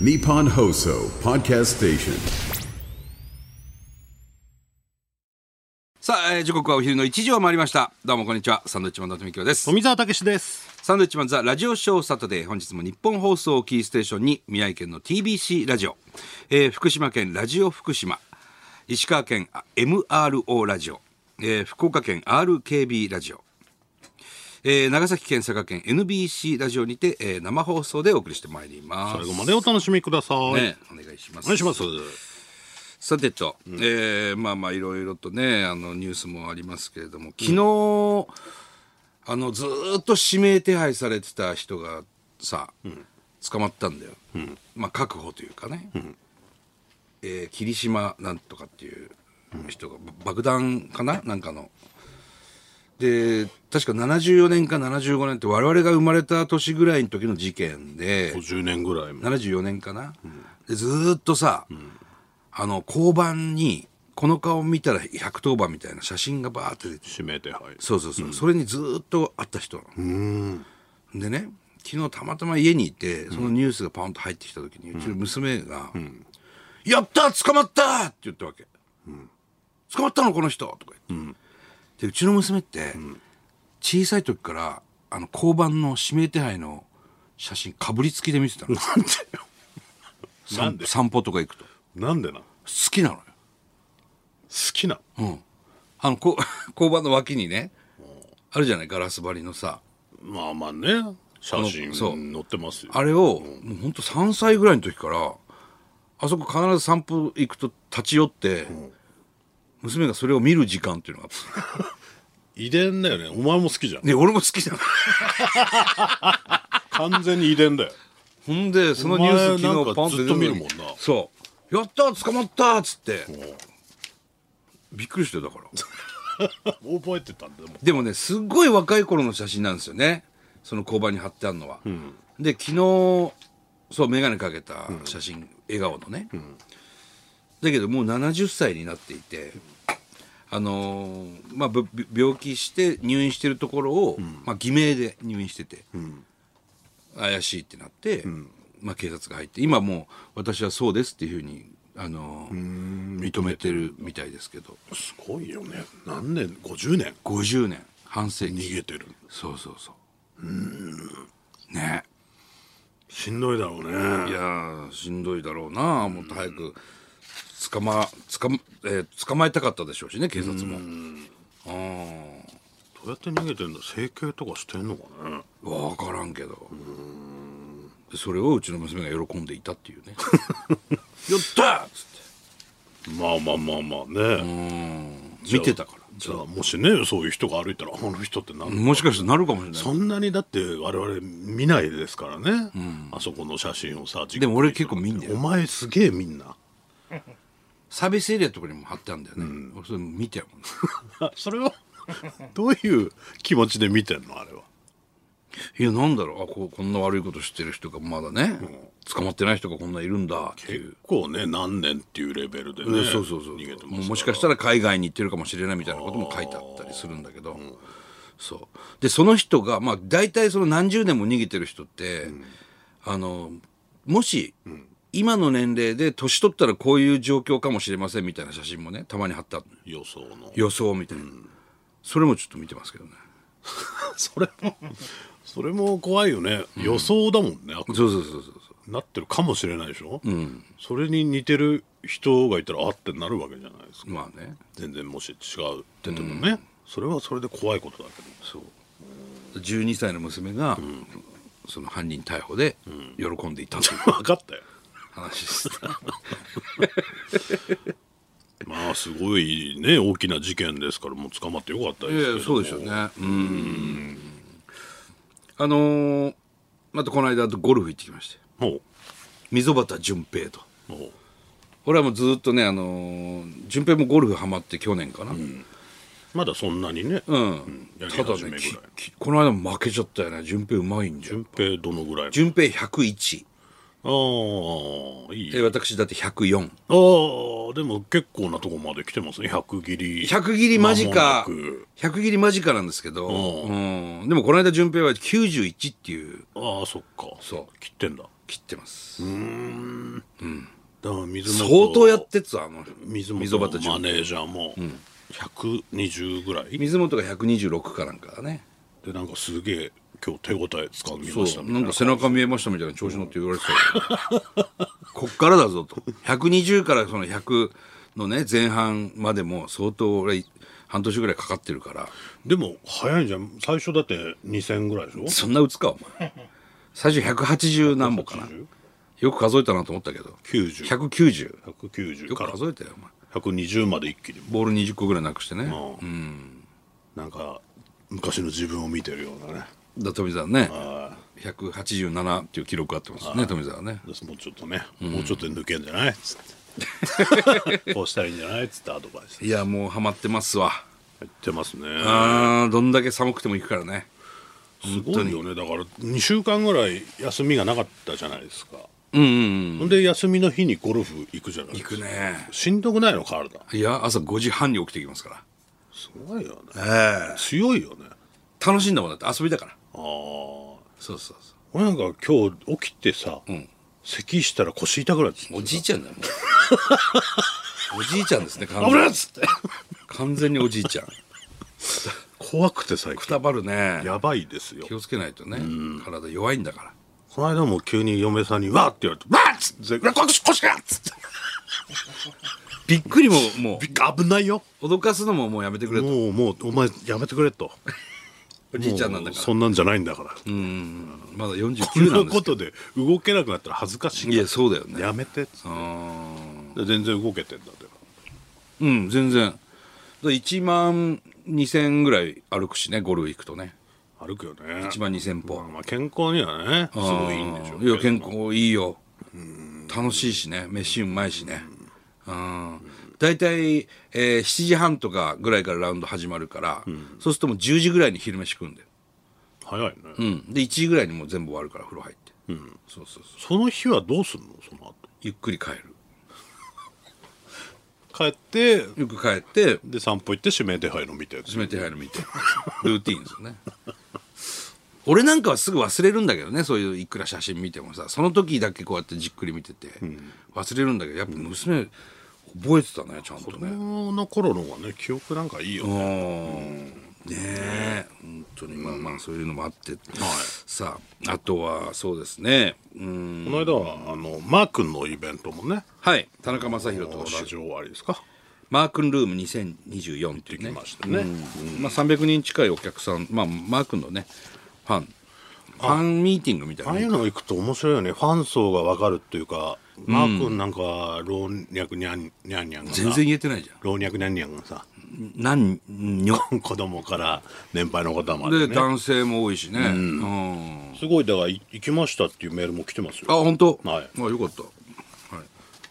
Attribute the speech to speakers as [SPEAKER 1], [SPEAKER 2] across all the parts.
[SPEAKER 1] Nippon Hoso Podcast Station.
[SPEAKER 2] さあ、えー時刻はお昼の1時を回りました。どうもこんにちは。サンドウィッチマンの富木です。
[SPEAKER 3] 富澤たけしです。
[SPEAKER 2] サンドウィッチマンザラジオショーサタデー。本日も日本放送をキーステーションに宮城県の TBC ラジオ、えー福島県ラジオ福島、石川県あ MRO ラジオ、えー福岡県 RKB ラジオ、えー長崎県佐賀県 NBC ラジオにて、えー生放送でお送りしてまいります。
[SPEAKER 3] 最後までお楽しみください。
[SPEAKER 2] ね、お願いします。
[SPEAKER 3] お願いします。
[SPEAKER 2] さてと、えーまあまあいろいろとねあのニュースもありますけれども昨日、あのずーっと指名手配されてた人がさ、捕まったんだよ、まあ確保というかね、えー霧島なんとかっていう人が、爆弾かななんかの。で確か74年か75年って我々が生まれた年ぐらいの時の事件で、
[SPEAKER 3] 50年ぐらい前。
[SPEAKER 2] 74年かな、でずーっとさ、あの交番にこの顔見たら110番みたいな写真がバーって出て
[SPEAKER 3] 指名手配。
[SPEAKER 2] そうそうそう、それにずーっとあった人なのでね昨日たまたま家にいてそのニュースがパンと入ってきた時に、うちの娘が「やった捕まった!」って言ったわけ、捕まったのこの人!」とか言って、でうちの娘って、小さい時からあの交番の指名手配の写真かぶりつきで見てたの
[SPEAKER 3] なんでよな
[SPEAKER 2] 散
[SPEAKER 3] んで
[SPEAKER 2] 散歩とか行くと好
[SPEAKER 3] なんでな好
[SPEAKER 2] きなのよ、
[SPEAKER 3] きな
[SPEAKER 2] うん、 あのこ交番の脇にねあるじゃないガラス張りのさ
[SPEAKER 3] まあまあね。写
[SPEAKER 2] あのそう
[SPEAKER 3] 真載ってますよ。
[SPEAKER 2] あれをもうほんと3歳ぐらいの時からあそこ必ず散歩行くと立ち寄って、娘がそれを見る時間っていうのがあっ
[SPEAKER 3] 遺伝だよね。お前も好 きじゃん
[SPEAKER 2] た。ね俺も好きなの
[SPEAKER 3] 完全に遺伝だよ。
[SPEAKER 2] ほんでそのニュース
[SPEAKER 3] お前な
[SPEAKER 2] 昨
[SPEAKER 3] んか
[SPEAKER 2] 日パンって出た時に
[SPEAKER 3] ずっと見るもんな
[SPEAKER 2] そうやった捕まったっつってびっくりしてだから
[SPEAKER 3] 覚えてたんだよ。もう
[SPEAKER 2] でもね、すっごい若い頃の写真なんですよね。その交番に貼ってあるのは。で、昨日、そう、眼鏡かけた写真、笑顔のね、だけど、もう70歳になっていて、あのーまあ、ぶぶ病気して入院してるところを、まあ、偽名で入院してて、怪しいってなって、まあ、警察が入って、今もう、私はそうですっていうふうに、あのー認めてるみたいですけど、
[SPEAKER 3] すごいよね。何年 ?50 年
[SPEAKER 2] 50年、半世紀。
[SPEAKER 3] 逃げてる。
[SPEAKER 2] そうそうそう。ね
[SPEAKER 3] しんどいだろうね。
[SPEAKER 2] いやーしんどいだろうなもっと早く捕ま捕ま、えー捕まえたかったでしょうしね警察も。
[SPEAKER 3] どうやって逃げてんだ整形とかしてんのかね。
[SPEAKER 2] 分からんけどそれをうちの娘が喜んでいたって いうね「やった!」っつっ
[SPEAKER 3] まあまあまあまあね。
[SPEAKER 2] て見てたから
[SPEAKER 3] じゃあもしね、そういう人が歩いたら、あの人って何
[SPEAKER 2] もしかしたらなるかもしれない
[SPEAKER 3] そんなにだって我々見ないですからね、あそこの写真をさ
[SPEAKER 2] でも俺結構見んだよ
[SPEAKER 3] お前すげえみんな
[SPEAKER 2] サービスエリアのとかにも貼ってあるんだよね、俺それ見てもんね
[SPEAKER 3] それは どういう気持ちで見てんのあれはい
[SPEAKER 2] やなんだろうあこうこんな悪いことしてる人がまだね、捕まってない人がこんないるんだっていう
[SPEAKER 3] 結構ね何年っていうレベルでね、
[SPEAKER 2] ねそうそうそう
[SPEAKER 3] 逃げてます
[SPEAKER 2] もうもしかしたら海外に行ってるかもしれないみたいなことも書いてあったりするんだけど、そうでその人が、まあ、大体その何十年も逃げてる人って、あのもし、今の年齢で年取ったらこういう状況かもしれませんみたいな写真もねたまに貼ってあるのよ
[SPEAKER 3] 予想の
[SPEAKER 2] 予想みたいな、それもちょっと見てますけどね
[SPEAKER 3] それもそれも怖いよね、予想だもんねあ
[SPEAKER 2] そうそうそうそうそう
[SPEAKER 3] なってるかもしれないでしょ、それに似てる人がいたらあってなるわけじゃないですか
[SPEAKER 2] まあね
[SPEAKER 3] 全然もし違うっててもね、それはそれで怖いことだけど
[SPEAKER 2] そう12歳の娘が、その犯人逮捕で喜んでいたという
[SPEAKER 3] 分かったよ
[SPEAKER 2] 話です、
[SPEAKER 3] まあすごいね大きな事件ですからもう捕まってよかったですけ
[SPEAKER 2] え
[SPEAKER 3] ど
[SPEAKER 2] えそうでしょうねうんあのーまたこの間あとゴルフ行ってきまして
[SPEAKER 3] もう
[SPEAKER 2] 溝端淳平と
[SPEAKER 3] もう
[SPEAKER 2] 俺はもうずっとねあのー淳平もゴルフハマって去年かなうん、
[SPEAKER 3] まだそんなにね、やり
[SPEAKER 2] ただ
[SPEAKER 3] 始め
[SPEAKER 2] ね
[SPEAKER 3] ぐらい
[SPEAKER 2] ききこの間も負けちゃったよね淳平うまいんだよ
[SPEAKER 3] 順平どのぐらい
[SPEAKER 2] 淳平101
[SPEAKER 3] ああいい
[SPEAKER 2] で私だって104100
[SPEAKER 3] ああでも結構なとこまで来てますね100切り
[SPEAKER 2] 切り間近
[SPEAKER 3] 間もなく
[SPEAKER 2] 100切り間近なんですけど、うんでもこの間淳平は91っていう
[SPEAKER 3] ああそっか
[SPEAKER 2] そう
[SPEAKER 3] 切ってんだ
[SPEAKER 2] 切ってます、
[SPEAKER 3] だから水
[SPEAKER 2] 相当やってっつわあの
[SPEAKER 3] 水
[SPEAKER 2] 溝
[SPEAKER 3] 本
[SPEAKER 2] 端
[SPEAKER 3] のマ
[SPEAKER 2] 淳
[SPEAKER 3] ネージャーも120ぐらい、
[SPEAKER 2] 水本が126かなんかだね
[SPEAKER 3] でなんかすげえ今日手応え掴み
[SPEAKER 2] そ
[SPEAKER 3] ました
[SPEAKER 2] う
[SPEAKER 3] み
[SPEAKER 2] な
[SPEAKER 3] たい
[SPEAKER 2] ん
[SPEAKER 3] な
[SPEAKER 2] か背中見えましたみたいな調子乗って言われてたよ こっからだぞと120からその100のね前半までも相当俺半年ぐらいかかってるから
[SPEAKER 3] でも早いじゃん最初だって2000ぐらいでしょ
[SPEAKER 2] そんな打つかお前最初180何歩かなよく数えたなと思ったけど
[SPEAKER 3] 90190190
[SPEAKER 2] 190
[SPEAKER 3] から
[SPEAKER 2] 数えたよお前
[SPEAKER 3] 120まで一気に
[SPEAKER 2] ボール20個ぐらいなくしてね
[SPEAKER 3] なんか昔の自分を見てるようなね
[SPEAKER 2] だ富澤ね187っていう記録あってますね富澤ね
[SPEAKER 3] ですもうちょっとね、もうちょっとで抜けんじゃないっつっ てこうしたらいいんじゃないっつってアドバイス
[SPEAKER 2] いやもうハマってますわ
[SPEAKER 3] 言ってますね
[SPEAKER 2] あーどんだけ寒くても行くからね
[SPEAKER 3] すごいよねだから2週間ぐらい休みがなかったじゃないですか
[SPEAKER 2] うんうん
[SPEAKER 3] ほんで休みの日にゴルフ行くじゃないで
[SPEAKER 2] 行
[SPEAKER 3] すか
[SPEAKER 2] くね
[SPEAKER 3] しんどくないの体
[SPEAKER 2] いや朝5時半に起きてきますか
[SPEAKER 3] すごいよね
[SPEAKER 2] ら
[SPEAKER 3] 強いよね
[SPEAKER 2] 楽しいんだもんだって遊びだから
[SPEAKER 3] ああ
[SPEAKER 2] そうそうそ
[SPEAKER 3] 俺なんか今日起きてさ、
[SPEAKER 2] ん
[SPEAKER 3] 咳したら腰痛くなって
[SPEAKER 2] うおじいちゃんだもん おじいちゃんですね完
[SPEAKER 3] 危
[SPEAKER 2] 全
[SPEAKER 3] ない
[SPEAKER 2] に
[SPEAKER 3] っつって
[SPEAKER 2] 完全におじいちゃん
[SPEAKER 3] 怖くて最
[SPEAKER 2] く
[SPEAKER 3] 近
[SPEAKER 2] たばるね
[SPEAKER 3] やばいですよ
[SPEAKER 2] 気をつけないとね体弱いんだから
[SPEAKER 3] この間も急に嫁さんに「わーって言われて「わーっつって「うわ腰腰が!」っつって
[SPEAKER 2] びっくりもも
[SPEAKER 3] びっくり危ないよ
[SPEAKER 2] う脅かすのももうやめてくれと
[SPEAKER 3] もうもうお前やめてくれと
[SPEAKER 2] おじいちゃんなんだ
[SPEAKER 3] もう
[SPEAKER 2] か
[SPEAKER 3] そんなんじゃないんだから、
[SPEAKER 2] らまだ
[SPEAKER 3] こ
[SPEAKER 2] 49なん
[SPEAKER 3] の
[SPEAKER 2] ですけ
[SPEAKER 3] ことで動けなくなったら恥ずかしい
[SPEAKER 2] どいやそうだよね
[SPEAKER 3] やめてっつってで全然動けてんだって
[SPEAKER 2] うん全然だから1万2000ぐらい歩くしねゴルフ行くとね
[SPEAKER 3] 歩くよね
[SPEAKER 2] 1万2000歩、
[SPEAKER 3] まあ健康にはねすごいいいんでしょう
[SPEAKER 2] いや健康いいよ楽しいしね飯うまいしねうん大体、えー7時半とかぐらいからラウンド始まるから、そうするともう10時ぐらいに昼飯食うんだよ、
[SPEAKER 3] 早いね、
[SPEAKER 2] うん、で1時ぐらいにもう全部終わるから風呂入って、そうそうそう
[SPEAKER 3] その日はどうすんのその後
[SPEAKER 2] ゆっくり帰る
[SPEAKER 3] 帰って
[SPEAKER 2] よく帰って
[SPEAKER 3] で散歩行って指名手配のみたいな
[SPEAKER 2] 指名手配の見てルーティーンですよね俺なんかはすぐ忘れるんだけどねそういういくら写真見てもさその時だけこうやってじっくり見てて、忘れるんだけどやっぱ娘、覚えてたねちゃんとね
[SPEAKER 3] この頃のがね記憶なんかいいよね、
[SPEAKER 2] ねえ本当にまあまあそういうのもあって、さああとはそうですねうん
[SPEAKER 3] この間はあのマー君のイベントもね
[SPEAKER 2] はい田中将大投
[SPEAKER 3] ラ
[SPEAKER 2] 手
[SPEAKER 3] ジオ終わりですか
[SPEAKER 2] マー君ルーム2024っていうね
[SPEAKER 3] 来ましたね、
[SPEAKER 2] うんまあ、300人近いお客さん、まあ、マー君のねファンファンミーティングみたい
[SPEAKER 3] あ
[SPEAKER 2] な
[SPEAKER 3] あ
[SPEAKER 2] ね
[SPEAKER 3] いうの行くと面白いよねファン層が分かるっていうか、マー君なんか老若にゃんにゃんにゃんがさ
[SPEAKER 2] 全然言えてないじゃん
[SPEAKER 3] 老若にゃんにゃんがさ
[SPEAKER 2] 何にょ
[SPEAKER 3] 子供から年配の方ま
[SPEAKER 2] で
[SPEAKER 3] で、ね、
[SPEAKER 2] 男性も多いしね、うん
[SPEAKER 3] すごいだからい行きましたっていうメールも来てます
[SPEAKER 2] あ
[SPEAKER 3] よ
[SPEAKER 2] 本当、
[SPEAKER 3] はい
[SPEAKER 2] あよかった、はい、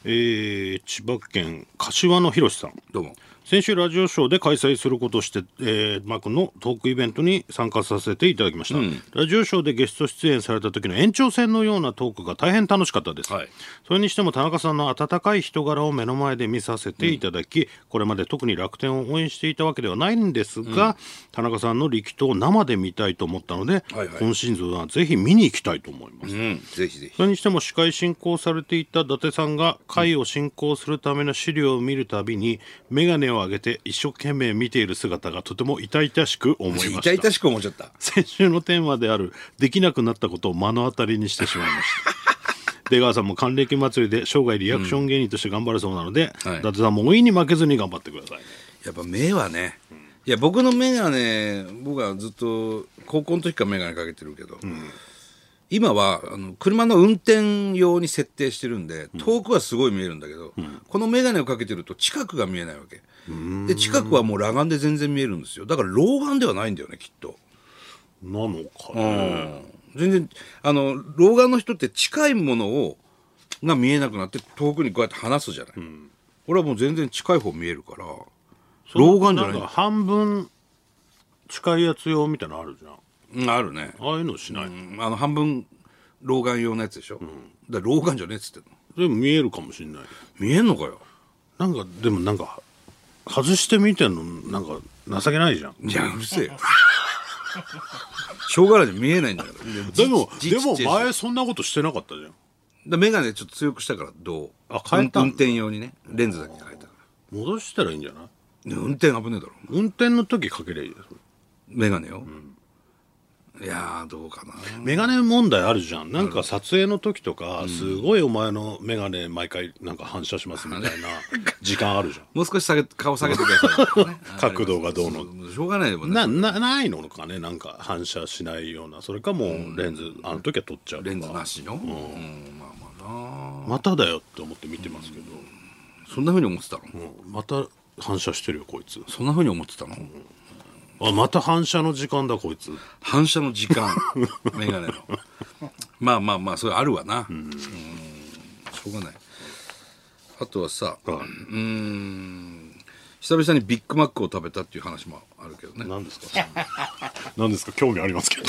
[SPEAKER 3] えー千葉県柏の広さん
[SPEAKER 2] どうも
[SPEAKER 3] 先週ラジオショーで開催することをして、えーマー君のトークイベントに参加させていただきました、ラジオショーでゲスト出演された時の延長戦のようなトークが大変楽しかったです、
[SPEAKER 2] はい
[SPEAKER 3] それにしても田中さんの温かい人柄を目の前で見させていただき、これまで特に楽天を応援していたわけではないんですが、田中さんの力投を生で見たいと思ったので、
[SPEAKER 2] はいはい
[SPEAKER 3] 今シーズンはぜひ見に行きたいと思いま
[SPEAKER 2] う
[SPEAKER 3] す、
[SPEAKER 2] んぜひぜ ひ
[SPEAKER 3] それにしても司会進行されていた伊達さんが会を進行するための資料を見るたびに眼鏡を上げて一生懸命見ている姿がとても痛々しく思いました
[SPEAKER 2] 痛々しく思っちゃった
[SPEAKER 3] 先週のテーマであるできなくなったことを目の当たりにしてしまいました。出川さんも還暦祭りで生涯リアクション芸人として頑張るそうなので、
[SPEAKER 2] はい
[SPEAKER 3] 伊達さんも大いに負けずに頑張ってください。
[SPEAKER 2] やっぱ目はね、いや僕の目がね僕はずっと高校の時から眼鏡かけてるけど、今はあの車の運転用に設定してるんで遠くはすごい見えるんだけど、この眼鏡をかけてると近くが見えないわけで近くはもう裸眼で全然見えるんですよだから老眼ではないんだよねきっと、
[SPEAKER 3] なのかね。
[SPEAKER 2] 全然あの老眼の人って近いものをが見えなくなって遠くにこうやって離すじゃない、俺はもう全然近い方見えるから老眼じゃない
[SPEAKER 3] んか半分近いやつ用みたいなのあるじゃん。
[SPEAKER 2] うんあるね
[SPEAKER 3] ああいうのしない。
[SPEAKER 2] うんあの半分老眼用のやつでしょ、だから老眼じゃねえっつってんの
[SPEAKER 3] でも見えるかもしれない。
[SPEAKER 2] 見えんのかよ
[SPEAKER 3] なんかでもなんか外して見てんのなんか情けないじゃん。
[SPEAKER 2] いやうるせえよ しょうがないじゃん見えないんだから
[SPEAKER 3] でも
[SPEAKER 2] じ
[SPEAKER 3] でも
[SPEAKER 2] じちっちゃいし
[SPEAKER 3] 前そんなことしてなかったじゃん。
[SPEAKER 2] だ眼鏡ちょっと強くしたからどう
[SPEAKER 3] あ変えたんだ
[SPEAKER 2] 運転用にねレンズだけ変えたか
[SPEAKER 3] 戻したらいいんじゃない
[SPEAKER 2] ら運転危ねえだろ
[SPEAKER 3] 運転の時かけりゃいいです
[SPEAKER 2] 眼鏡を、いやーどうかな
[SPEAKER 3] メガネ問題あるじゃんなんか撮影の時とか、すごいお前のメガネ毎回なんか反射しますみたいな時間あるじゃん
[SPEAKER 2] もう少し下げ顔下げてください、ね
[SPEAKER 3] 角度がどうの
[SPEAKER 2] のしょうがないよね
[SPEAKER 3] ななないのかねなんか反射しないようなそれかもうレンズ、あの時は撮っちゃうとか
[SPEAKER 2] レンズなしの、うんまあまあな
[SPEAKER 3] まただよって思って見てますけど、
[SPEAKER 2] そんなふうに思ってたの、
[SPEAKER 3] うんまた反射してるよこいつ
[SPEAKER 2] そんなふうに思ってたの、
[SPEAKER 3] あまた反射の時間だこいつ
[SPEAKER 2] 反射の時 間眼鏡のまあまあまあそれあるわなうんしょうがないあとはさう
[SPEAKER 3] はい
[SPEAKER 2] ーん久々にビッグマックを食べたっていう話もあるけどね
[SPEAKER 3] 何です か何ですか興味ありますけど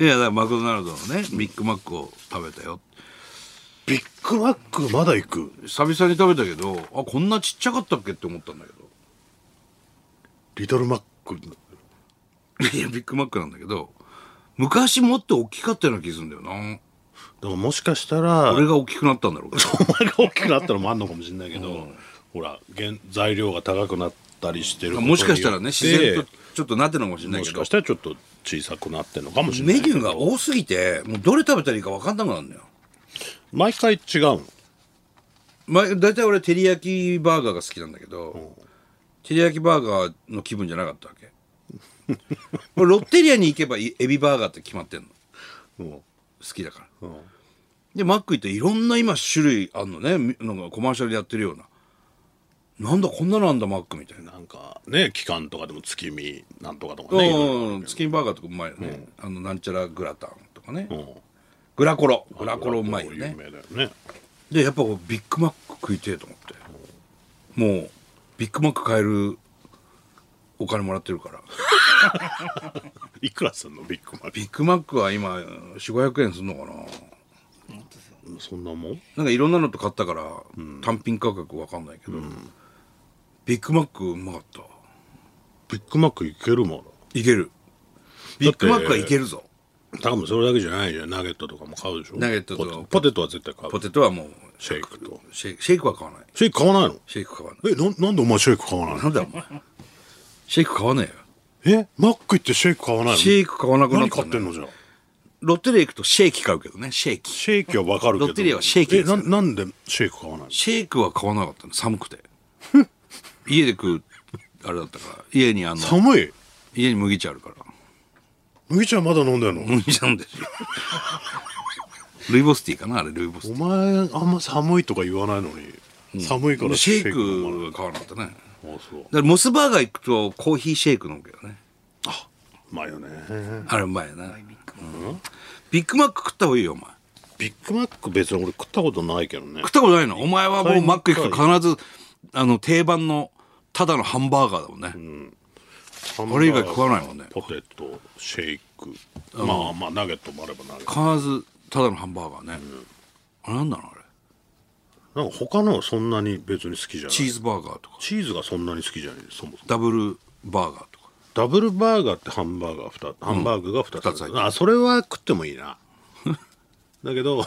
[SPEAKER 2] いやだからマクドナルドのねビッグマックを食べたよ
[SPEAKER 3] ビッグマックまだ行く
[SPEAKER 2] 久々に食べたけどあこんなちっちゃかったっけって思ったんだけど
[SPEAKER 3] リトルマック
[SPEAKER 2] いやビッグマックなんだけど昔もっと大きかったような気するんだよな
[SPEAKER 3] でももしかしたら
[SPEAKER 2] 俺が大きくなったんだろうけ ど
[SPEAKER 3] お前が大きくなったのもあんのかもしれないけど、ほら原材料が高くなったりしてることによ
[SPEAKER 2] も
[SPEAKER 3] って
[SPEAKER 2] しかしたらね自然とちょっとなってるのかもしれない
[SPEAKER 3] も
[SPEAKER 2] け
[SPEAKER 3] し
[SPEAKER 2] ど
[SPEAKER 3] かしたらちょっと小さくなってるのかもしれな
[SPEAKER 2] メ
[SPEAKER 3] い
[SPEAKER 2] ニューが多すぎてもうどれ食べたらいいか分かんなくなるんだよ
[SPEAKER 3] 毎回違うの
[SPEAKER 2] ま大体俺照り焼きバーガーが好きなんだけど、照り焼きバーガーの気分じゃなかったわ け俺ロッテリアに行けばいエビバーガーって決まってんの
[SPEAKER 3] うん
[SPEAKER 2] 好きだから、
[SPEAKER 3] うん
[SPEAKER 2] でマック行っていろんな今種類あんのねみなんかコマーシャルでやってるようななんだこんなのあんだマックみたいな、
[SPEAKER 3] なんかね期間とかでも月見なんとかとかねいろいろ
[SPEAKER 2] うんチキンバーガーとかうまいよね、あのなんちゃらグラタンとかね、
[SPEAKER 3] うん
[SPEAKER 2] グラコログラコロうまいよね
[SPEAKER 3] 有名だよね
[SPEAKER 2] でやっぱこうビッグマック食いてえと思ってもうビッグマック買えるお金もらってるから
[SPEAKER 3] いくらすんのビッグマック
[SPEAKER 2] ビッグマックは今4500円すんのかな
[SPEAKER 3] そんなもん
[SPEAKER 2] なんかいろんなのと買ったから、単品価格わかんないけど、ビッグマックうまかった
[SPEAKER 3] ビッグマックいけるもん
[SPEAKER 2] いけるビッグマックはいけるぞ
[SPEAKER 3] 多分それだけじゃないよナゲットとかも買うでしょ
[SPEAKER 2] ナゲットと
[SPEAKER 3] ポテポテトは絶対買う
[SPEAKER 2] ポテトはもう
[SPEAKER 3] シェイクと
[SPEAKER 2] シェイクシェイクは買わない
[SPEAKER 3] シェイク買わないの
[SPEAKER 2] シェイク買わない
[SPEAKER 3] えななんでお前シェイク買わないの
[SPEAKER 2] なんだよお前シェイク買わねえよ
[SPEAKER 3] えマック行ってシェイク買わないの
[SPEAKER 2] シェイク買わなくなった、ね、
[SPEAKER 3] 何買ってんのじゃあ
[SPEAKER 2] ロッテリア行くとシェイキ買うけどねシェイキ
[SPEAKER 3] シェイクはわかるけど
[SPEAKER 2] ロッテリアはシェイキで
[SPEAKER 3] え
[SPEAKER 2] すか
[SPEAKER 3] な
[SPEAKER 2] ら
[SPEAKER 3] なんでシェイク買わないの
[SPEAKER 2] シェイクは買わなかったの寒くて 家で食うあれだったから家にあの
[SPEAKER 3] 寒い
[SPEAKER 2] 家に麦茶あるから
[SPEAKER 3] 麦茶まだ飲んでるの、
[SPEAKER 2] 麦茶飲んでるよルイボスティーかなあれルイボステ
[SPEAKER 3] お前あんま寒いとか言わないのに、寒い
[SPEAKER 2] ィ
[SPEAKER 3] か
[SPEAKER 2] ー
[SPEAKER 3] ら
[SPEAKER 2] シェイ
[SPEAKER 3] 飲まない
[SPEAKER 2] クは買わなかったねだか
[SPEAKER 3] あそう
[SPEAKER 2] らモスバーガー行くとコーヒーシェイク飲むけどね
[SPEAKER 3] うまいよね
[SPEAKER 2] あれうまいよな、うんビッグマック食った方がいいよお前
[SPEAKER 3] ビッグマック別に俺食ったことないけどね
[SPEAKER 2] 食ったことないのお前はもうマック行く
[SPEAKER 3] 一
[SPEAKER 2] と
[SPEAKER 3] 回
[SPEAKER 2] 必ずあの定番のただのハンバーガーだもんね、
[SPEAKER 3] あ
[SPEAKER 2] れ以外食わないもんね
[SPEAKER 3] ポテトシェイクまあまあナゲットもあればナゲット
[SPEAKER 2] 必ずただのハンバーガーね、あれなんだろうあれ
[SPEAKER 3] なんか他のそんなに別に好きじゃない
[SPEAKER 2] チーズバーガーとか
[SPEAKER 3] チーズがそんなに好きじゃないそもそも
[SPEAKER 2] ダブルバーガーとか
[SPEAKER 3] ダブルバーガーってハンバーガー2つハンバーグが2つ,、
[SPEAKER 2] 二つ入ってる
[SPEAKER 3] あそれは食ってもい いなだけど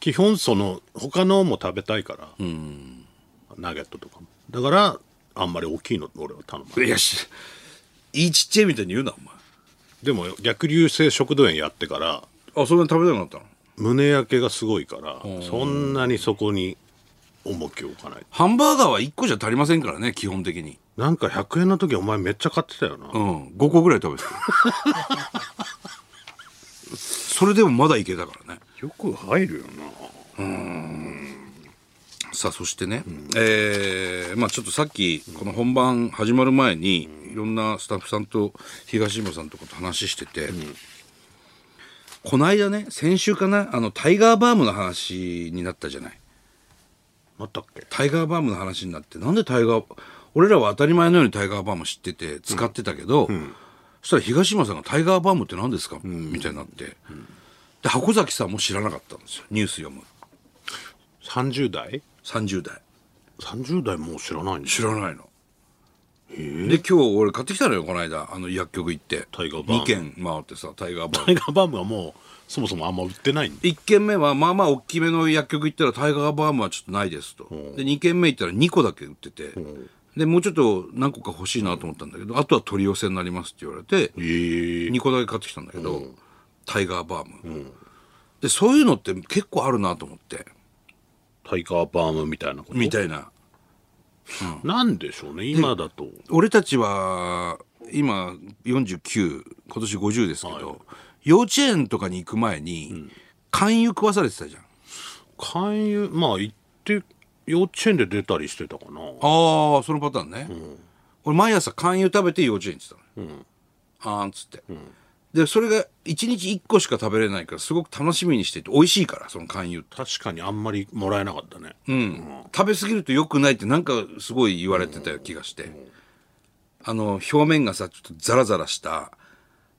[SPEAKER 3] 基本その他のも食べたいからナゲットとかもだからあんまり大きいの俺は頼まない
[SPEAKER 2] いやしいいちっちゃいみたいに言うなお
[SPEAKER 3] でも逆流性食道炎やってから
[SPEAKER 2] 前あそれな食べたくなったの
[SPEAKER 3] 胸焼けがすごいからそんなにそこに重きを置かない
[SPEAKER 2] ハンバーガーは1個じゃ足りませんからね基本的に
[SPEAKER 3] なんか100円の時お前めっちゃ買ってたよな、
[SPEAKER 2] うん5個ぐらい食べてる それでもまだいけたからね
[SPEAKER 3] よく入るよな
[SPEAKER 2] さあそしてね、えーまあちょっとさっきこの本番始まる前に、いろんなスタッフさんと東島さんとかと話してて、この間ね先週かなあのタイガーバームの話になったじゃない
[SPEAKER 3] あったっけ
[SPEAKER 2] タイガーバームの話になってなんでタイガー俺らは当たり前のようにタイガーバーム知ってて使ってたけど、そしたら東島さんが「タイガーバームって何ですかみたいになって、で箱崎さんも知らなかったんですよニュース読む
[SPEAKER 3] 30代
[SPEAKER 2] 30代
[SPEAKER 3] 30代もう知らないんで
[SPEAKER 2] 知らないので今日俺買ってきたのよこの間あの薬局行って
[SPEAKER 3] タイガーバーム
[SPEAKER 2] 2軒回ってさタイガーバー
[SPEAKER 3] タ
[SPEAKER 2] ム
[SPEAKER 3] イガーバームはもうそもそもあんま売ってないんで
[SPEAKER 2] 1軒目はまあまあ大きめの薬局行ったらタイガーバームはちょっとないですとで2軒目行ったら2個だけ売っててでもうちょっと何個か欲しいなと思ったんだけどあとは取り寄せになりますって言われて
[SPEAKER 3] ええ
[SPEAKER 2] 2個だけ買ってきたんだけど、タイガーバーム、でそういうのって結構あるなと思って
[SPEAKER 3] タイガーバームみたいなこと
[SPEAKER 2] みたいな
[SPEAKER 3] なんでしょうね今だと
[SPEAKER 2] 俺たちは今49今年50ですけど、幼稚園とかに行く前に、勧誘食わされてたじゃん
[SPEAKER 3] 勧誘まあ行って幼稚園で出たりしてたかな
[SPEAKER 2] ああそのパターンね、俺毎朝勧誘食べて幼稚園行ってたの、あーんっつって、でそれが1日1個しか食べれないからすごく楽しみにしていて美味しいからその勧誘って
[SPEAKER 3] 確かにあんまりもらえなかったね、
[SPEAKER 2] 食べ過ぎると良くないってなんかすごい言われてたような気がして、あの表面がさちょっとザラザラした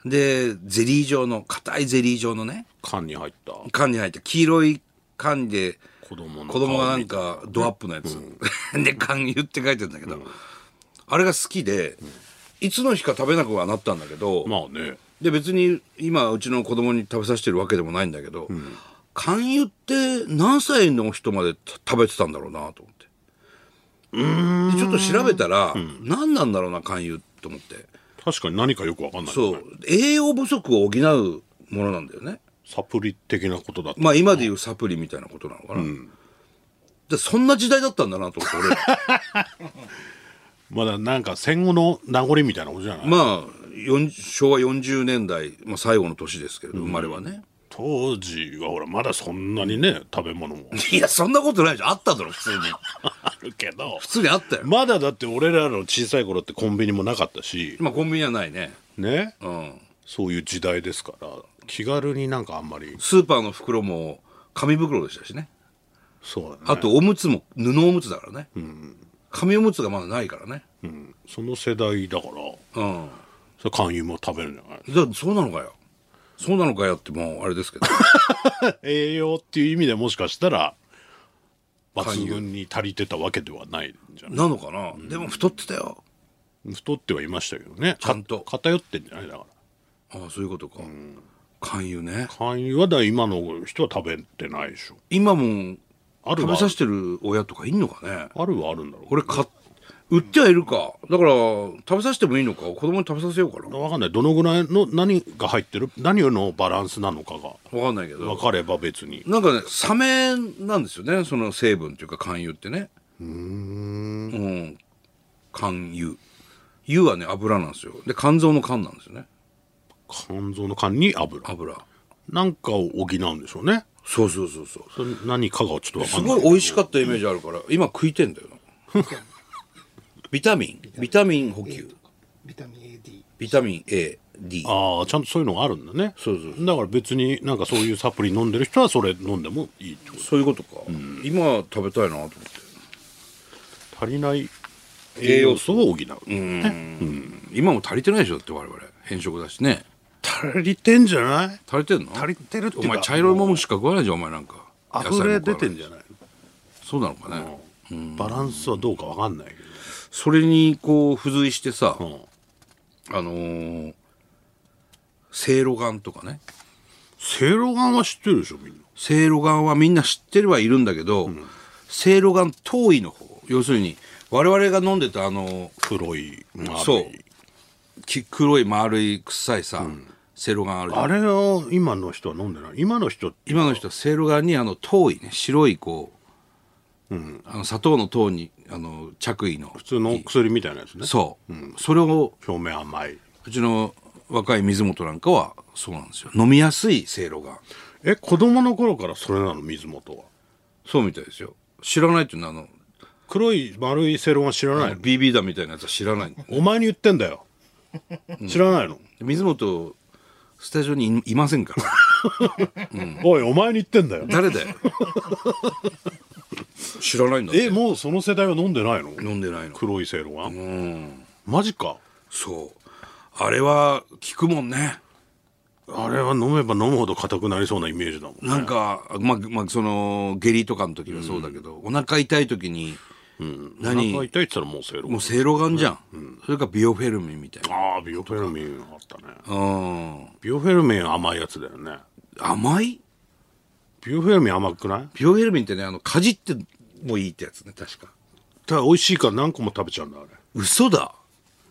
[SPEAKER 2] でゼリー状の硬いゼリー状のね
[SPEAKER 3] 缶に入った
[SPEAKER 2] 缶に入って黄色い缶で
[SPEAKER 3] 子供の
[SPEAKER 2] 子供がなんかドアップのやつ、 で缶湯って書いてるんだけど、あれが好きで、いつの日か食べなくはなったんだけど、
[SPEAKER 3] まあね
[SPEAKER 2] で別に今うちの子供に食べさせてるわけでもないんだけど、缶湯って何歳の人までた食べてたんだろうなと思ってでちょっと調べたら、何なんだろうな缶湯と思って
[SPEAKER 3] 確かに何かよくわかんないよ
[SPEAKER 2] そ
[SPEAKER 3] ね
[SPEAKER 2] う栄養不足を補うものなんだよね
[SPEAKER 3] サプリ的なことだった、
[SPEAKER 2] まあ今でいうサプリみたいなことなのかな、でそんな時代だったんだなと思って俺ら
[SPEAKER 3] まだなんか戦後の名残みたいなことじゃない、
[SPEAKER 2] まあ、40昭和40年代、まあ、最後の年ですけれど、生まれはね。
[SPEAKER 3] 当時はほらまだそんなにね食べ物も
[SPEAKER 2] いや、そんなことないじゃん。あっただろ、普通に。
[SPEAKER 3] あるけど
[SPEAKER 2] 普通にあったよ。
[SPEAKER 3] まだだって俺らの小さい頃ってコンビニもなかったし
[SPEAKER 2] まあ、コンビニはないね。
[SPEAKER 3] ね
[SPEAKER 2] うん。
[SPEAKER 3] そういう時代ですから気軽になんかあんまり
[SPEAKER 2] スーパーの袋も紙袋でしたしね。
[SPEAKER 3] そうだね
[SPEAKER 2] あと、おむつも布おむつだからね。紙おむつがまだないからね。
[SPEAKER 3] うんその世代だから
[SPEAKER 2] うん。
[SPEAKER 3] それ勧誘も食べるんじゃない
[SPEAKER 2] だそうなのかよ。そうなのかよって、もう、あれですけ ど。
[SPEAKER 3] 栄養っていう意味でもしかしたら抜群に足りてたわけではないんじゃな
[SPEAKER 2] なのかな、でも、太ってたよ。
[SPEAKER 3] い太ってはいましたけどね
[SPEAKER 2] ちゃんと
[SPEAKER 3] か偏ってんじゃないだから
[SPEAKER 2] ああ、そういうことか。勧誘ね。
[SPEAKER 3] 勧誘はだから今の人は食べてないでしょ
[SPEAKER 2] 今も、
[SPEAKER 3] ある
[SPEAKER 2] 食
[SPEAKER 3] は
[SPEAKER 2] べさせてる親とかいんのかね。
[SPEAKER 3] あるはあるんだろう
[SPEAKER 2] 俺買っ売ってはいるかだから食べさせてもいいのか子供に食べさせようかな
[SPEAKER 3] 分かんないどのぐらいの何が入ってる何のバランスなのかが
[SPEAKER 2] 分かんないけ
[SPEAKER 3] 分
[SPEAKER 2] ど
[SPEAKER 3] かれば別に
[SPEAKER 2] なんかねサメなんですよねその成分っていうか肝油ってねうん肝油油はね油なんですよで肝臓の肝なんですよね
[SPEAKER 3] 肝臓の肝に油
[SPEAKER 2] 油
[SPEAKER 3] なんかを補うんでしょうね
[SPEAKER 2] そうそうそうそう
[SPEAKER 3] それ何かがちょっと分か
[SPEAKER 2] す
[SPEAKER 3] んない
[SPEAKER 2] ごい美味しかったイメージあるから今食いてんだよな ビタミンビタミン補給
[SPEAKER 4] ビタミン AD
[SPEAKER 2] ビタミン AD
[SPEAKER 3] ああちゃんとそういうのがあるんだね
[SPEAKER 2] そうそう
[SPEAKER 3] だから別になんかそういうサプリ飲んでる人はそれ飲んでもいいってこ
[SPEAKER 2] そういうことか、今食べたいなと思って
[SPEAKER 3] と足りない栄養素を補う、
[SPEAKER 2] 今も足りてないでしょだって我々変色だしね
[SPEAKER 3] 足りてんじゃない
[SPEAKER 2] 足りてんの
[SPEAKER 3] 足りてるっていう
[SPEAKER 2] お
[SPEAKER 3] か
[SPEAKER 2] 前茶色いもんしか食わないじゃんお前なんか
[SPEAKER 3] 溢れ出て
[SPEAKER 2] る
[SPEAKER 3] んじゃない
[SPEAKER 2] そうなのかね
[SPEAKER 3] のバランスはどうか分かんないけ
[SPEAKER 2] それにこう付随してさ、
[SPEAKER 3] ど、うん、
[SPEAKER 2] あのーせいろがんとかね
[SPEAKER 3] セいろがんは知ってるでしょみんな
[SPEAKER 2] せいろがんはみんな知ってるはいるんだけどせいろがん遠いの方要するに我々が飲んでたあの
[SPEAKER 3] 黒い丸い
[SPEAKER 2] そうき黒い丸い臭いさせいろがんあるじゃん
[SPEAKER 3] あれを今の人は飲んでない今の人って
[SPEAKER 2] 今の人はセいろがんにあの糖衣ね白いこう、あの砂糖の糖にあの着衣の
[SPEAKER 3] 普通の薬みたいなやつね
[SPEAKER 2] そう、それを
[SPEAKER 3] 表面甘いう
[SPEAKER 2] ちの若い水元なんかはそうなんですよ飲みやすいせいろがん
[SPEAKER 3] え子供の頃からそれなの水元は
[SPEAKER 2] そうみたいですよ知らないっていうのはあの、
[SPEAKER 3] 黒い丸いセいろがん知らないの
[SPEAKER 2] BB 弾みたいなやつは知らない
[SPEAKER 3] お前に言ってんだよ知らないの、
[SPEAKER 2] 水元スタジオにいいません から
[SPEAKER 3] おいお前に言ってんだよ
[SPEAKER 2] 誰だよ知らないんだって
[SPEAKER 3] えもうその世代は飲んでないの
[SPEAKER 2] 飲んでないの
[SPEAKER 3] 黒いセいろがんマジか
[SPEAKER 2] そうあれは効くもんね
[SPEAKER 3] あれは飲めば飲むほど硬くなりそうなイメージだもん
[SPEAKER 2] なんか、まあ、まあ、その、下痢とかの時はそうだけど、お腹痛い時に、何
[SPEAKER 3] お腹痛いって言ったらもうセいろ
[SPEAKER 2] もうセいろがんじゃん、それかビオフェルミンみたいな
[SPEAKER 3] ああビオフェルミンあったね
[SPEAKER 2] うん
[SPEAKER 3] ビオフェルミン甘いやつだよね
[SPEAKER 2] 甘い
[SPEAKER 3] ビオフェルミン甘くない
[SPEAKER 2] ビオフェルミンってねあのかじってもいいってやつね確か
[SPEAKER 3] ただ美味しいから何個も食べちゃうんだあれ
[SPEAKER 2] 嘘だ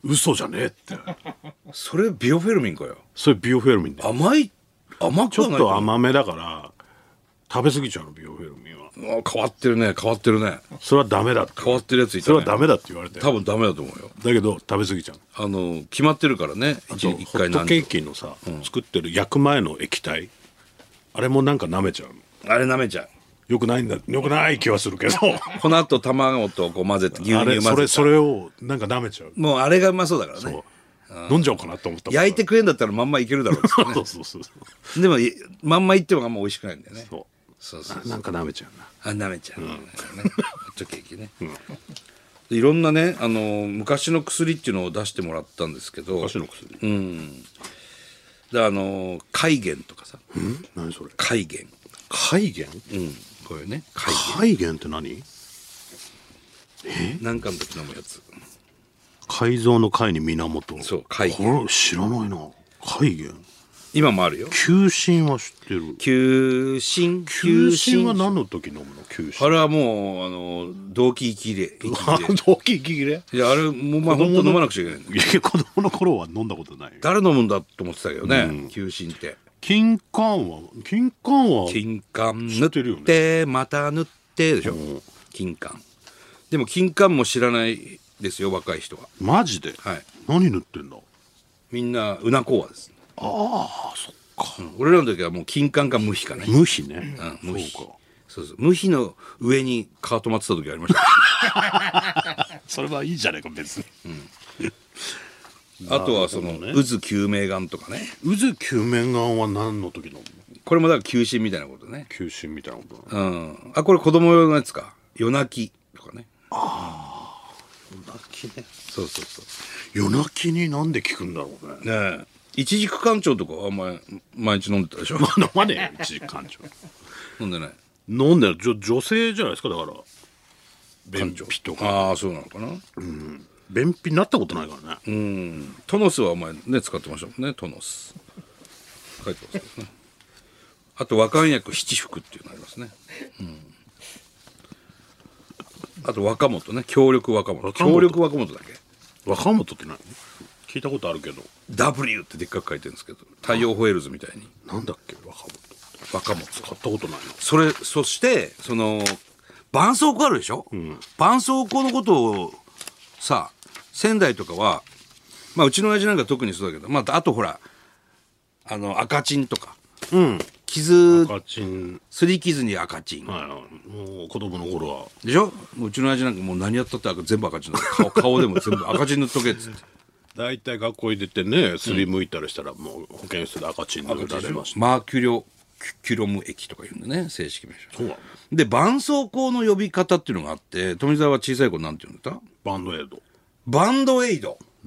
[SPEAKER 3] 嘘じゃねえって
[SPEAKER 2] それビオフェルミンかよ
[SPEAKER 3] それビオフェルミンだよ
[SPEAKER 2] 甘い甘く
[SPEAKER 3] ち
[SPEAKER 2] は
[SPEAKER 3] ょ
[SPEAKER 2] な
[SPEAKER 3] っ
[SPEAKER 2] い
[SPEAKER 3] と甘めだから食べ過ぎちゃうのビオフェルミンは
[SPEAKER 2] あ変わってるね変わってるね
[SPEAKER 3] それはダメだって
[SPEAKER 2] 変わってるやついた、
[SPEAKER 3] そ
[SPEAKER 2] ね、
[SPEAKER 3] れはダメだって言われて
[SPEAKER 2] 多分ダメだと思うよ
[SPEAKER 3] だけど食べ過ぎちゃう
[SPEAKER 2] あの決まってるからね
[SPEAKER 3] あ
[SPEAKER 2] 一
[SPEAKER 3] と
[SPEAKER 2] 一
[SPEAKER 3] ホッ
[SPEAKER 2] 回
[SPEAKER 3] ト
[SPEAKER 2] 何
[SPEAKER 3] ケー
[SPEAKER 2] 錠
[SPEAKER 3] キのさ、作ってる焼く前の液体あれもなんか舐めちゃうの
[SPEAKER 2] あれ舐めちゃう
[SPEAKER 3] よくないんだよくない気はする けど
[SPEAKER 2] 粉と卵とこう混ぜて牛乳
[SPEAKER 3] あれそ
[SPEAKER 2] 混
[SPEAKER 3] れ
[SPEAKER 2] ぜて
[SPEAKER 3] それをなんか舐めちゃう
[SPEAKER 2] もうあれがうまそうだからね
[SPEAKER 3] そう飲んじゃおうかなと思った
[SPEAKER 2] 焼いて
[SPEAKER 3] く
[SPEAKER 2] くれんだったらまんまいけるだろうっつ ってね
[SPEAKER 3] そうそうそうそ
[SPEAKER 2] でもいまんまいってもあんま美味しくないんだよね
[SPEAKER 3] う
[SPEAKER 2] そうそう
[SPEAKER 3] なんか舐めちゃうな
[SPEAKER 2] あ舐めちゃう、ねホットケーキね、でいろんなねあの昔の薬っていうのを出してもらったんですけど
[SPEAKER 3] 昔の薬、
[SPEAKER 2] であの戒厳とかさ
[SPEAKER 3] 何それ
[SPEAKER 2] 戒厳
[SPEAKER 3] 海源
[SPEAKER 2] うんこういうね戒
[SPEAKER 3] 海源って何
[SPEAKER 2] 厳なんかの時飲むやつ
[SPEAKER 3] 改造の海に源
[SPEAKER 2] そう海
[SPEAKER 3] これ知らないな海源
[SPEAKER 2] 今もあるよ
[SPEAKER 3] 球心は知ってる
[SPEAKER 2] 急進
[SPEAKER 3] 球心は何の時飲むの球
[SPEAKER 2] あ
[SPEAKER 3] 心
[SPEAKER 2] れはもうあの動悸息 で息切れ
[SPEAKER 3] 大きい息切れ
[SPEAKER 2] いやあれもうまあ本当飲まなくちゃいけない
[SPEAKER 3] いや子供の頃は飲んだことないよ
[SPEAKER 2] 誰飲むんだと思ってたけどね急進って
[SPEAKER 3] 金柑は金柑は
[SPEAKER 2] 金管
[SPEAKER 3] 知
[SPEAKER 2] 塗
[SPEAKER 3] っ
[SPEAKER 2] ってて
[SPEAKER 3] るよね
[SPEAKER 2] また塗ってでしょ金管でも金管も知らないですよ若い人は
[SPEAKER 3] マジで、
[SPEAKER 2] はい
[SPEAKER 3] 何塗ってんだ
[SPEAKER 2] みんなうなこわです、
[SPEAKER 3] ああそっか、
[SPEAKER 2] うん俺らの時はもう金管か無比かね、
[SPEAKER 3] 無比ね、
[SPEAKER 2] うん、無比
[SPEAKER 3] そうか
[SPEAKER 2] そうそう無比の上にカート待ってた時ありました
[SPEAKER 3] それはいいじゃないか別に
[SPEAKER 2] あとはその
[SPEAKER 3] なるほどね
[SPEAKER 2] 渦救命丸とかね
[SPEAKER 3] 渦救命丸は何の時飲むの
[SPEAKER 2] これもだから急進みたいなことね
[SPEAKER 3] 球心みたいなことなの
[SPEAKER 2] うんあこれ子供用のやつか夜泣きとかね
[SPEAKER 3] 夜泣きね
[SPEAKER 2] そうそうそう
[SPEAKER 3] 夜泣きになんで効くんだろうね
[SPEAKER 2] ねえ一軸館長とかはお前毎日飲んでたでしょ
[SPEAKER 3] 飲まねえよ一時間長
[SPEAKER 2] 飲んでない
[SPEAKER 3] 飲んでる女女性じゃないですかだから便
[SPEAKER 2] 館
[SPEAKER 3] 秘
[SPEAKER 2] 長
[SPEAKER 3] とか
[SPEAKER 2] ああそうなのかな
[SPEAKER 3] 便秘になったことないからね、
[SPEAKER 2] うんトノスはお前ね使ってましたもんねトノス書いてますけどねあと和漢薬七福っていうのありますね、うん、あと若本ね協力若本
[SPEAKER 3] 若元
[SPEAKER 2] 協力若本だっけ
[SPEAKER 3] 若本って何聞いたことあるけど
[SPEAKER 2] W ってでっかく書いてるんですけど太陽ホエールズみたいに
[SPEAKER 3] なんだっけ若本って
[SPEAKER 2] 若本
[SPEAKER 3] 使ったことないの
[SPEAKER 2] それそしてその絆創膏あるでしょ、絆創膏のことをさ仙台とかは、まあ、うちの親父なんか特にそうだけど、まあ、あとほらあの赤チンとか、傷
[SPEAKER 3] ガチン
[SPEAKER 2] すり傷に赤チン、
[SPEAKER 3] はいもう子供の頃は
[SPEAKER 2] でしょもううちの親父なんかもう何やったって赤全部赤チン だ顔顔でも全部赤チン塗っとけっつって
[SPEAKER 3] 大体学校入れてねすりむいたりしたらもう保健室で赤チン塗られました
[SPEAKER 2] マーキュリョキュロム液とか言うんだね正式名称
[SPEAKER 3] そうなの
[SPEAKER 2] で絆創膏の呼び方っていうのがあって富澤は小さい頃なんて呼んでた
[SPEAKER 3] バンドエイド
[SPEAKER 2] バンドエイド。ああ、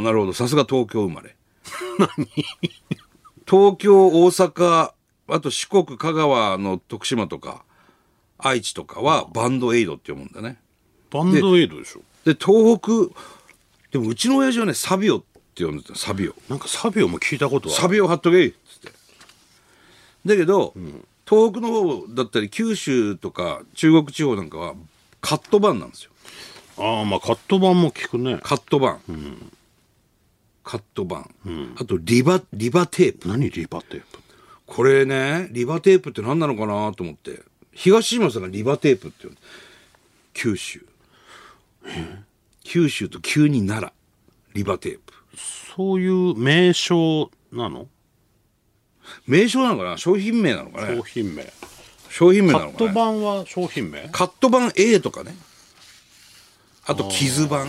[SPEAKER 2] なるほど。さすが東京生ま れ。東京、大阪、あと四国、香川の徳島とか、愛知とかはバンドエイドって読むんだね。
[SPEAKER 3] バンドエイドでしょ
[SPEAKER 2] で、東北、でもうちの親父はね、サビオって呼んでた。サビオ。
[SPEAKER 3] なんかサビオも聞いたことあ
[SPEAKER 2] サ
[SPEAKER 3] る
[SPEAKER 2] ビオ貼っとけいっつって。だけど、東北の方だったり、九州とか中国地方なんかはカットバンなんですよ。
[SPEAKER 3] ああまあカット版も聞くね
[SPEAKER 2] カットバン、カットバン、あとリバリバテープ
[SPEAKER 3] 何リバテープ
[SPEAKER 2] これねリバテープって何なのかなと思って東島さんがリバテープって呼んで九州九州と急に奈良リバテープ
[SPEAKER 3] そういう名称なの
[SPEAKER 2] 名称なのかな商品名なのかね
[SPEAKER 3] 商品名
[SPEAKER 2] 商品名
[SPEAKER 3] カ
[SPEAKER 2] なの
[SPEAKER 3] ッ
[SPEAKER 2] か
[SPEAKER 3] ト
[SPEAKER 2] ね
[SPEAKER 3] 版は商品名
[SPEAKER 2] カットバン A とかねあと傷版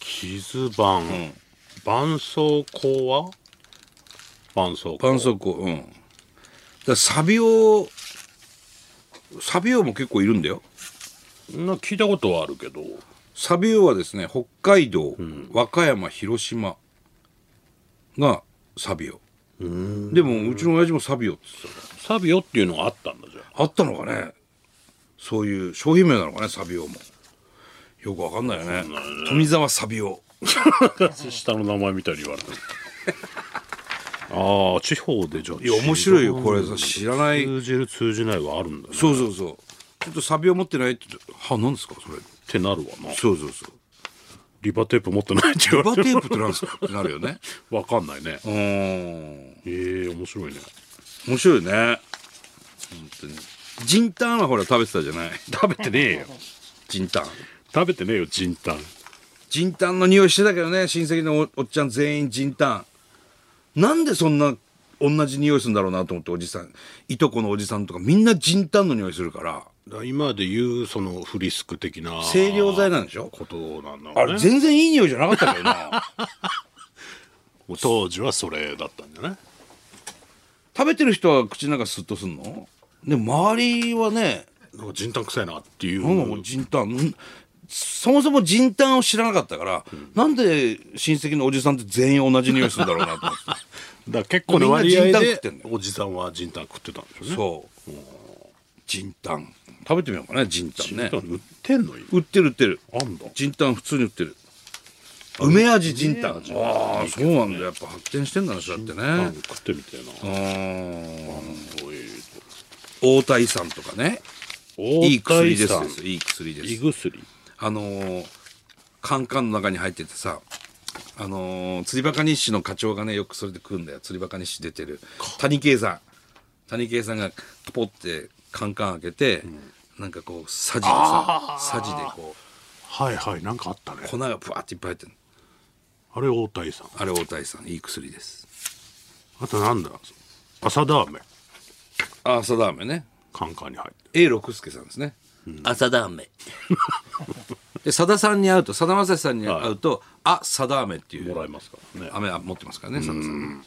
[SPEAKER 3] 傷版、絆創膏は絆創膏
[SPEAKER 2] 絆創膏うんだからサビオサビオも結構いるんだよ
[SPEAKER 3] な聞いたことはあるけど
[SPEAKER 2] サビオはですね北海道、和歌山広島がサビオでもうちの親父もサビオって言ってたか
[SPEAKER 3] サビオっていうのがあったんだじゃあ
[SPEAKER 2] らあったのかねそういう商品名なのかねサビオもよくわかんないよね富澤サビオ
[SPEAKER 3] 下の名前みたいに言われてる ああ地方でじゃあい
[SPEAKER 2] いや面白いよこれさ知らない
[SPEAKER 3] 通じる通じないはあるんだね
[SPEAKER 2] そうそうそうちょっとサビオ持ってないって言って「は何ですかそれ」
[SPEAKER 3] ってなるわな
[SPEAKER 2] そうそうそう
[SPEAKER 3] リバテープ持ってないって言
[SPEAKER 2] バ
[SPEAKER 3] わ
[SPEAKER 2] テ
[SPEAKER 3] れて
[SPEAKER 2] ープってなんですかってなるよね
[SPEAKER 3] わかんないね
[SPEAKER 2] うーん
[SPEAKER 3] えー、面白いね
[SPEAKER 2] 面白いね本当にジンタンはほら食べてたじゃない
[SPEAKER 3] 食べてねえよ
[SPEAKER 2] ジンタン
[SPEAKER 3] 食べてねえよジンタン
[SPEAKER 2] ジンタンの匂いしてたけどね親戚のおおっちゃん全員ジンタンなんでそんな同じ匂いするんだろうなと思っておじさんいとこのおじさんとかみんなジンタンの匂いするから
[SPEAKER 3] だから今で言うそのフリスク的な
[SPEAKER 2] 清涼剤なんでしょ
[SPEAKER 3] ことなんだ
[SPEAKER 2] あ
[SPEAKER 3] ろう
[SPEAKER 2] れ
[SPEAKER 3] ね
[SPEAKER 2] 全然いい匂いじゃなかったけどな
[SPEAKER 3] 当時はそれだったんじゃない
[SPEAKER 2] 食べてる人は口の中スッとすんのでも周りはね
[SPEAKER 3] なんかジンタン臭いなっていう
[SPEAKER 2] なんかもうジンタンんそもそもジンタンを知らなかったから、なんで親戚のおじさんって全員同じ匂いするんだろうなと思って
[SPEAKER 3] だから結構の割合
[SPEAKER 2] みんなジンタン食
[SPEAKER 3] で
[SPEAKER 2] ってんだ
[SPEAKER 3] おじさんはジンタン食ってたんでしょう
[SPEAKER 2] そ
[SPEAKER 3] ね
[SPEAKER 2] う。ジンタン。食べてみようかね、ジンタンね
[SPEAKER 3] ジン。タン売ってんの今
[SPEAKER 2] 売ってる売ってる。
[SPEAKER 3] あんだ
[SPEAKER 2] ジンタン普通に売ってる。梅味ジンタン。ああ、そうなんだ。やっぱ発展してんだな、そうやって
[SPEAKER 3] なん
[SPEAKER 2] ね
[SPEAKER 3] か。食ってみてえな
[SPEAKER 2] うーん
[SPEAKER 3] そういう
[SPEAKER 2] 大谷さんとかね。いい薬です
[SPEAKER 3] 大体さ
[SPEAKER 2] いい薬で
[SPEAKER 3] 胃
[SPEAKER 2] す。
[SPEAKER 3] 薬
[SPEAKER 2] あのー、カンカンの中に入っててさ、あのー、釣りバカ日誌の課長がね、よくそれで食うんだよ。釣りバカ日誌出てる。谷圭さん。谷圭さんがポってカンカン開けて、なんかこう、サジでさ、サジでこ
[SPEAKER 3] はいはいなんかあったね
[SPEAKER 2] う、粉がぶわっていっぱい入ってる
[SPEAKER 3] あれ大谷さん
[SPEAKER 2] あれ、大谷さん、いい薬です。
[SPEAKER 3] あとなんだ朝ダーメン
[SPEAKER 2] 朝ダーメンね。
[SPEAKER 3] カンカンに入って
[SPEAKER 2] A 六輔さんですね。朝ダーメン。で、さださんに会うと、さだまさしさんに会うと、あ、さだあめっていう
[SPEAKER 3] も。らえますからね
[SPEAKER 2] 飴は持ってますからね、さださん。面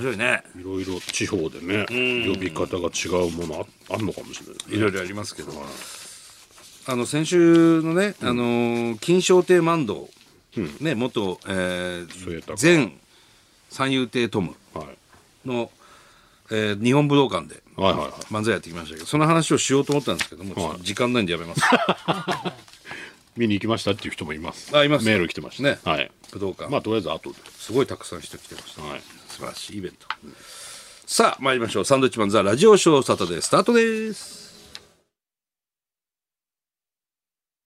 [SPEAKER 2] 白いね。
[SPEAKER 3] いろいろ地方でね呼び方が違うものああんのかもしれない
[SPEAKER 2] いろいろありますけど、あの先週のね、あのー金正亭万堂、ね元、え
[SPEAKER 3] 末高
[SPEAKER 2] ー、前三遊亭トム
[SPEAKER 3] はい
[SPEAKER 2] の、えー日本武道館で
[SPEAKER 3] はいはいはい
[SPEAKER 2] 漫才やってきましたけど、その話をしようと思ったんですけども、ちょっと時間ないんでやめ ます。
[SPEAKER 3] 見に行きましたっていう人もいます
[SPEAKER 2] あいます
[SPEAKER 3] メール来てました
[SPEAKER 2] ね
[SPEAKER 3] はい
[SPEAKER 2] 武道館、
[SPEAKER 3] まあとりあえず後です
[SPEAKER 2] ごいたくさん人来てました。
[SPEAKER 3] はい
[SPEAKER 2] 素晴らしいイベント。さあ参りましょう。サンドウィッチマンザラジオショーサタデースタートです。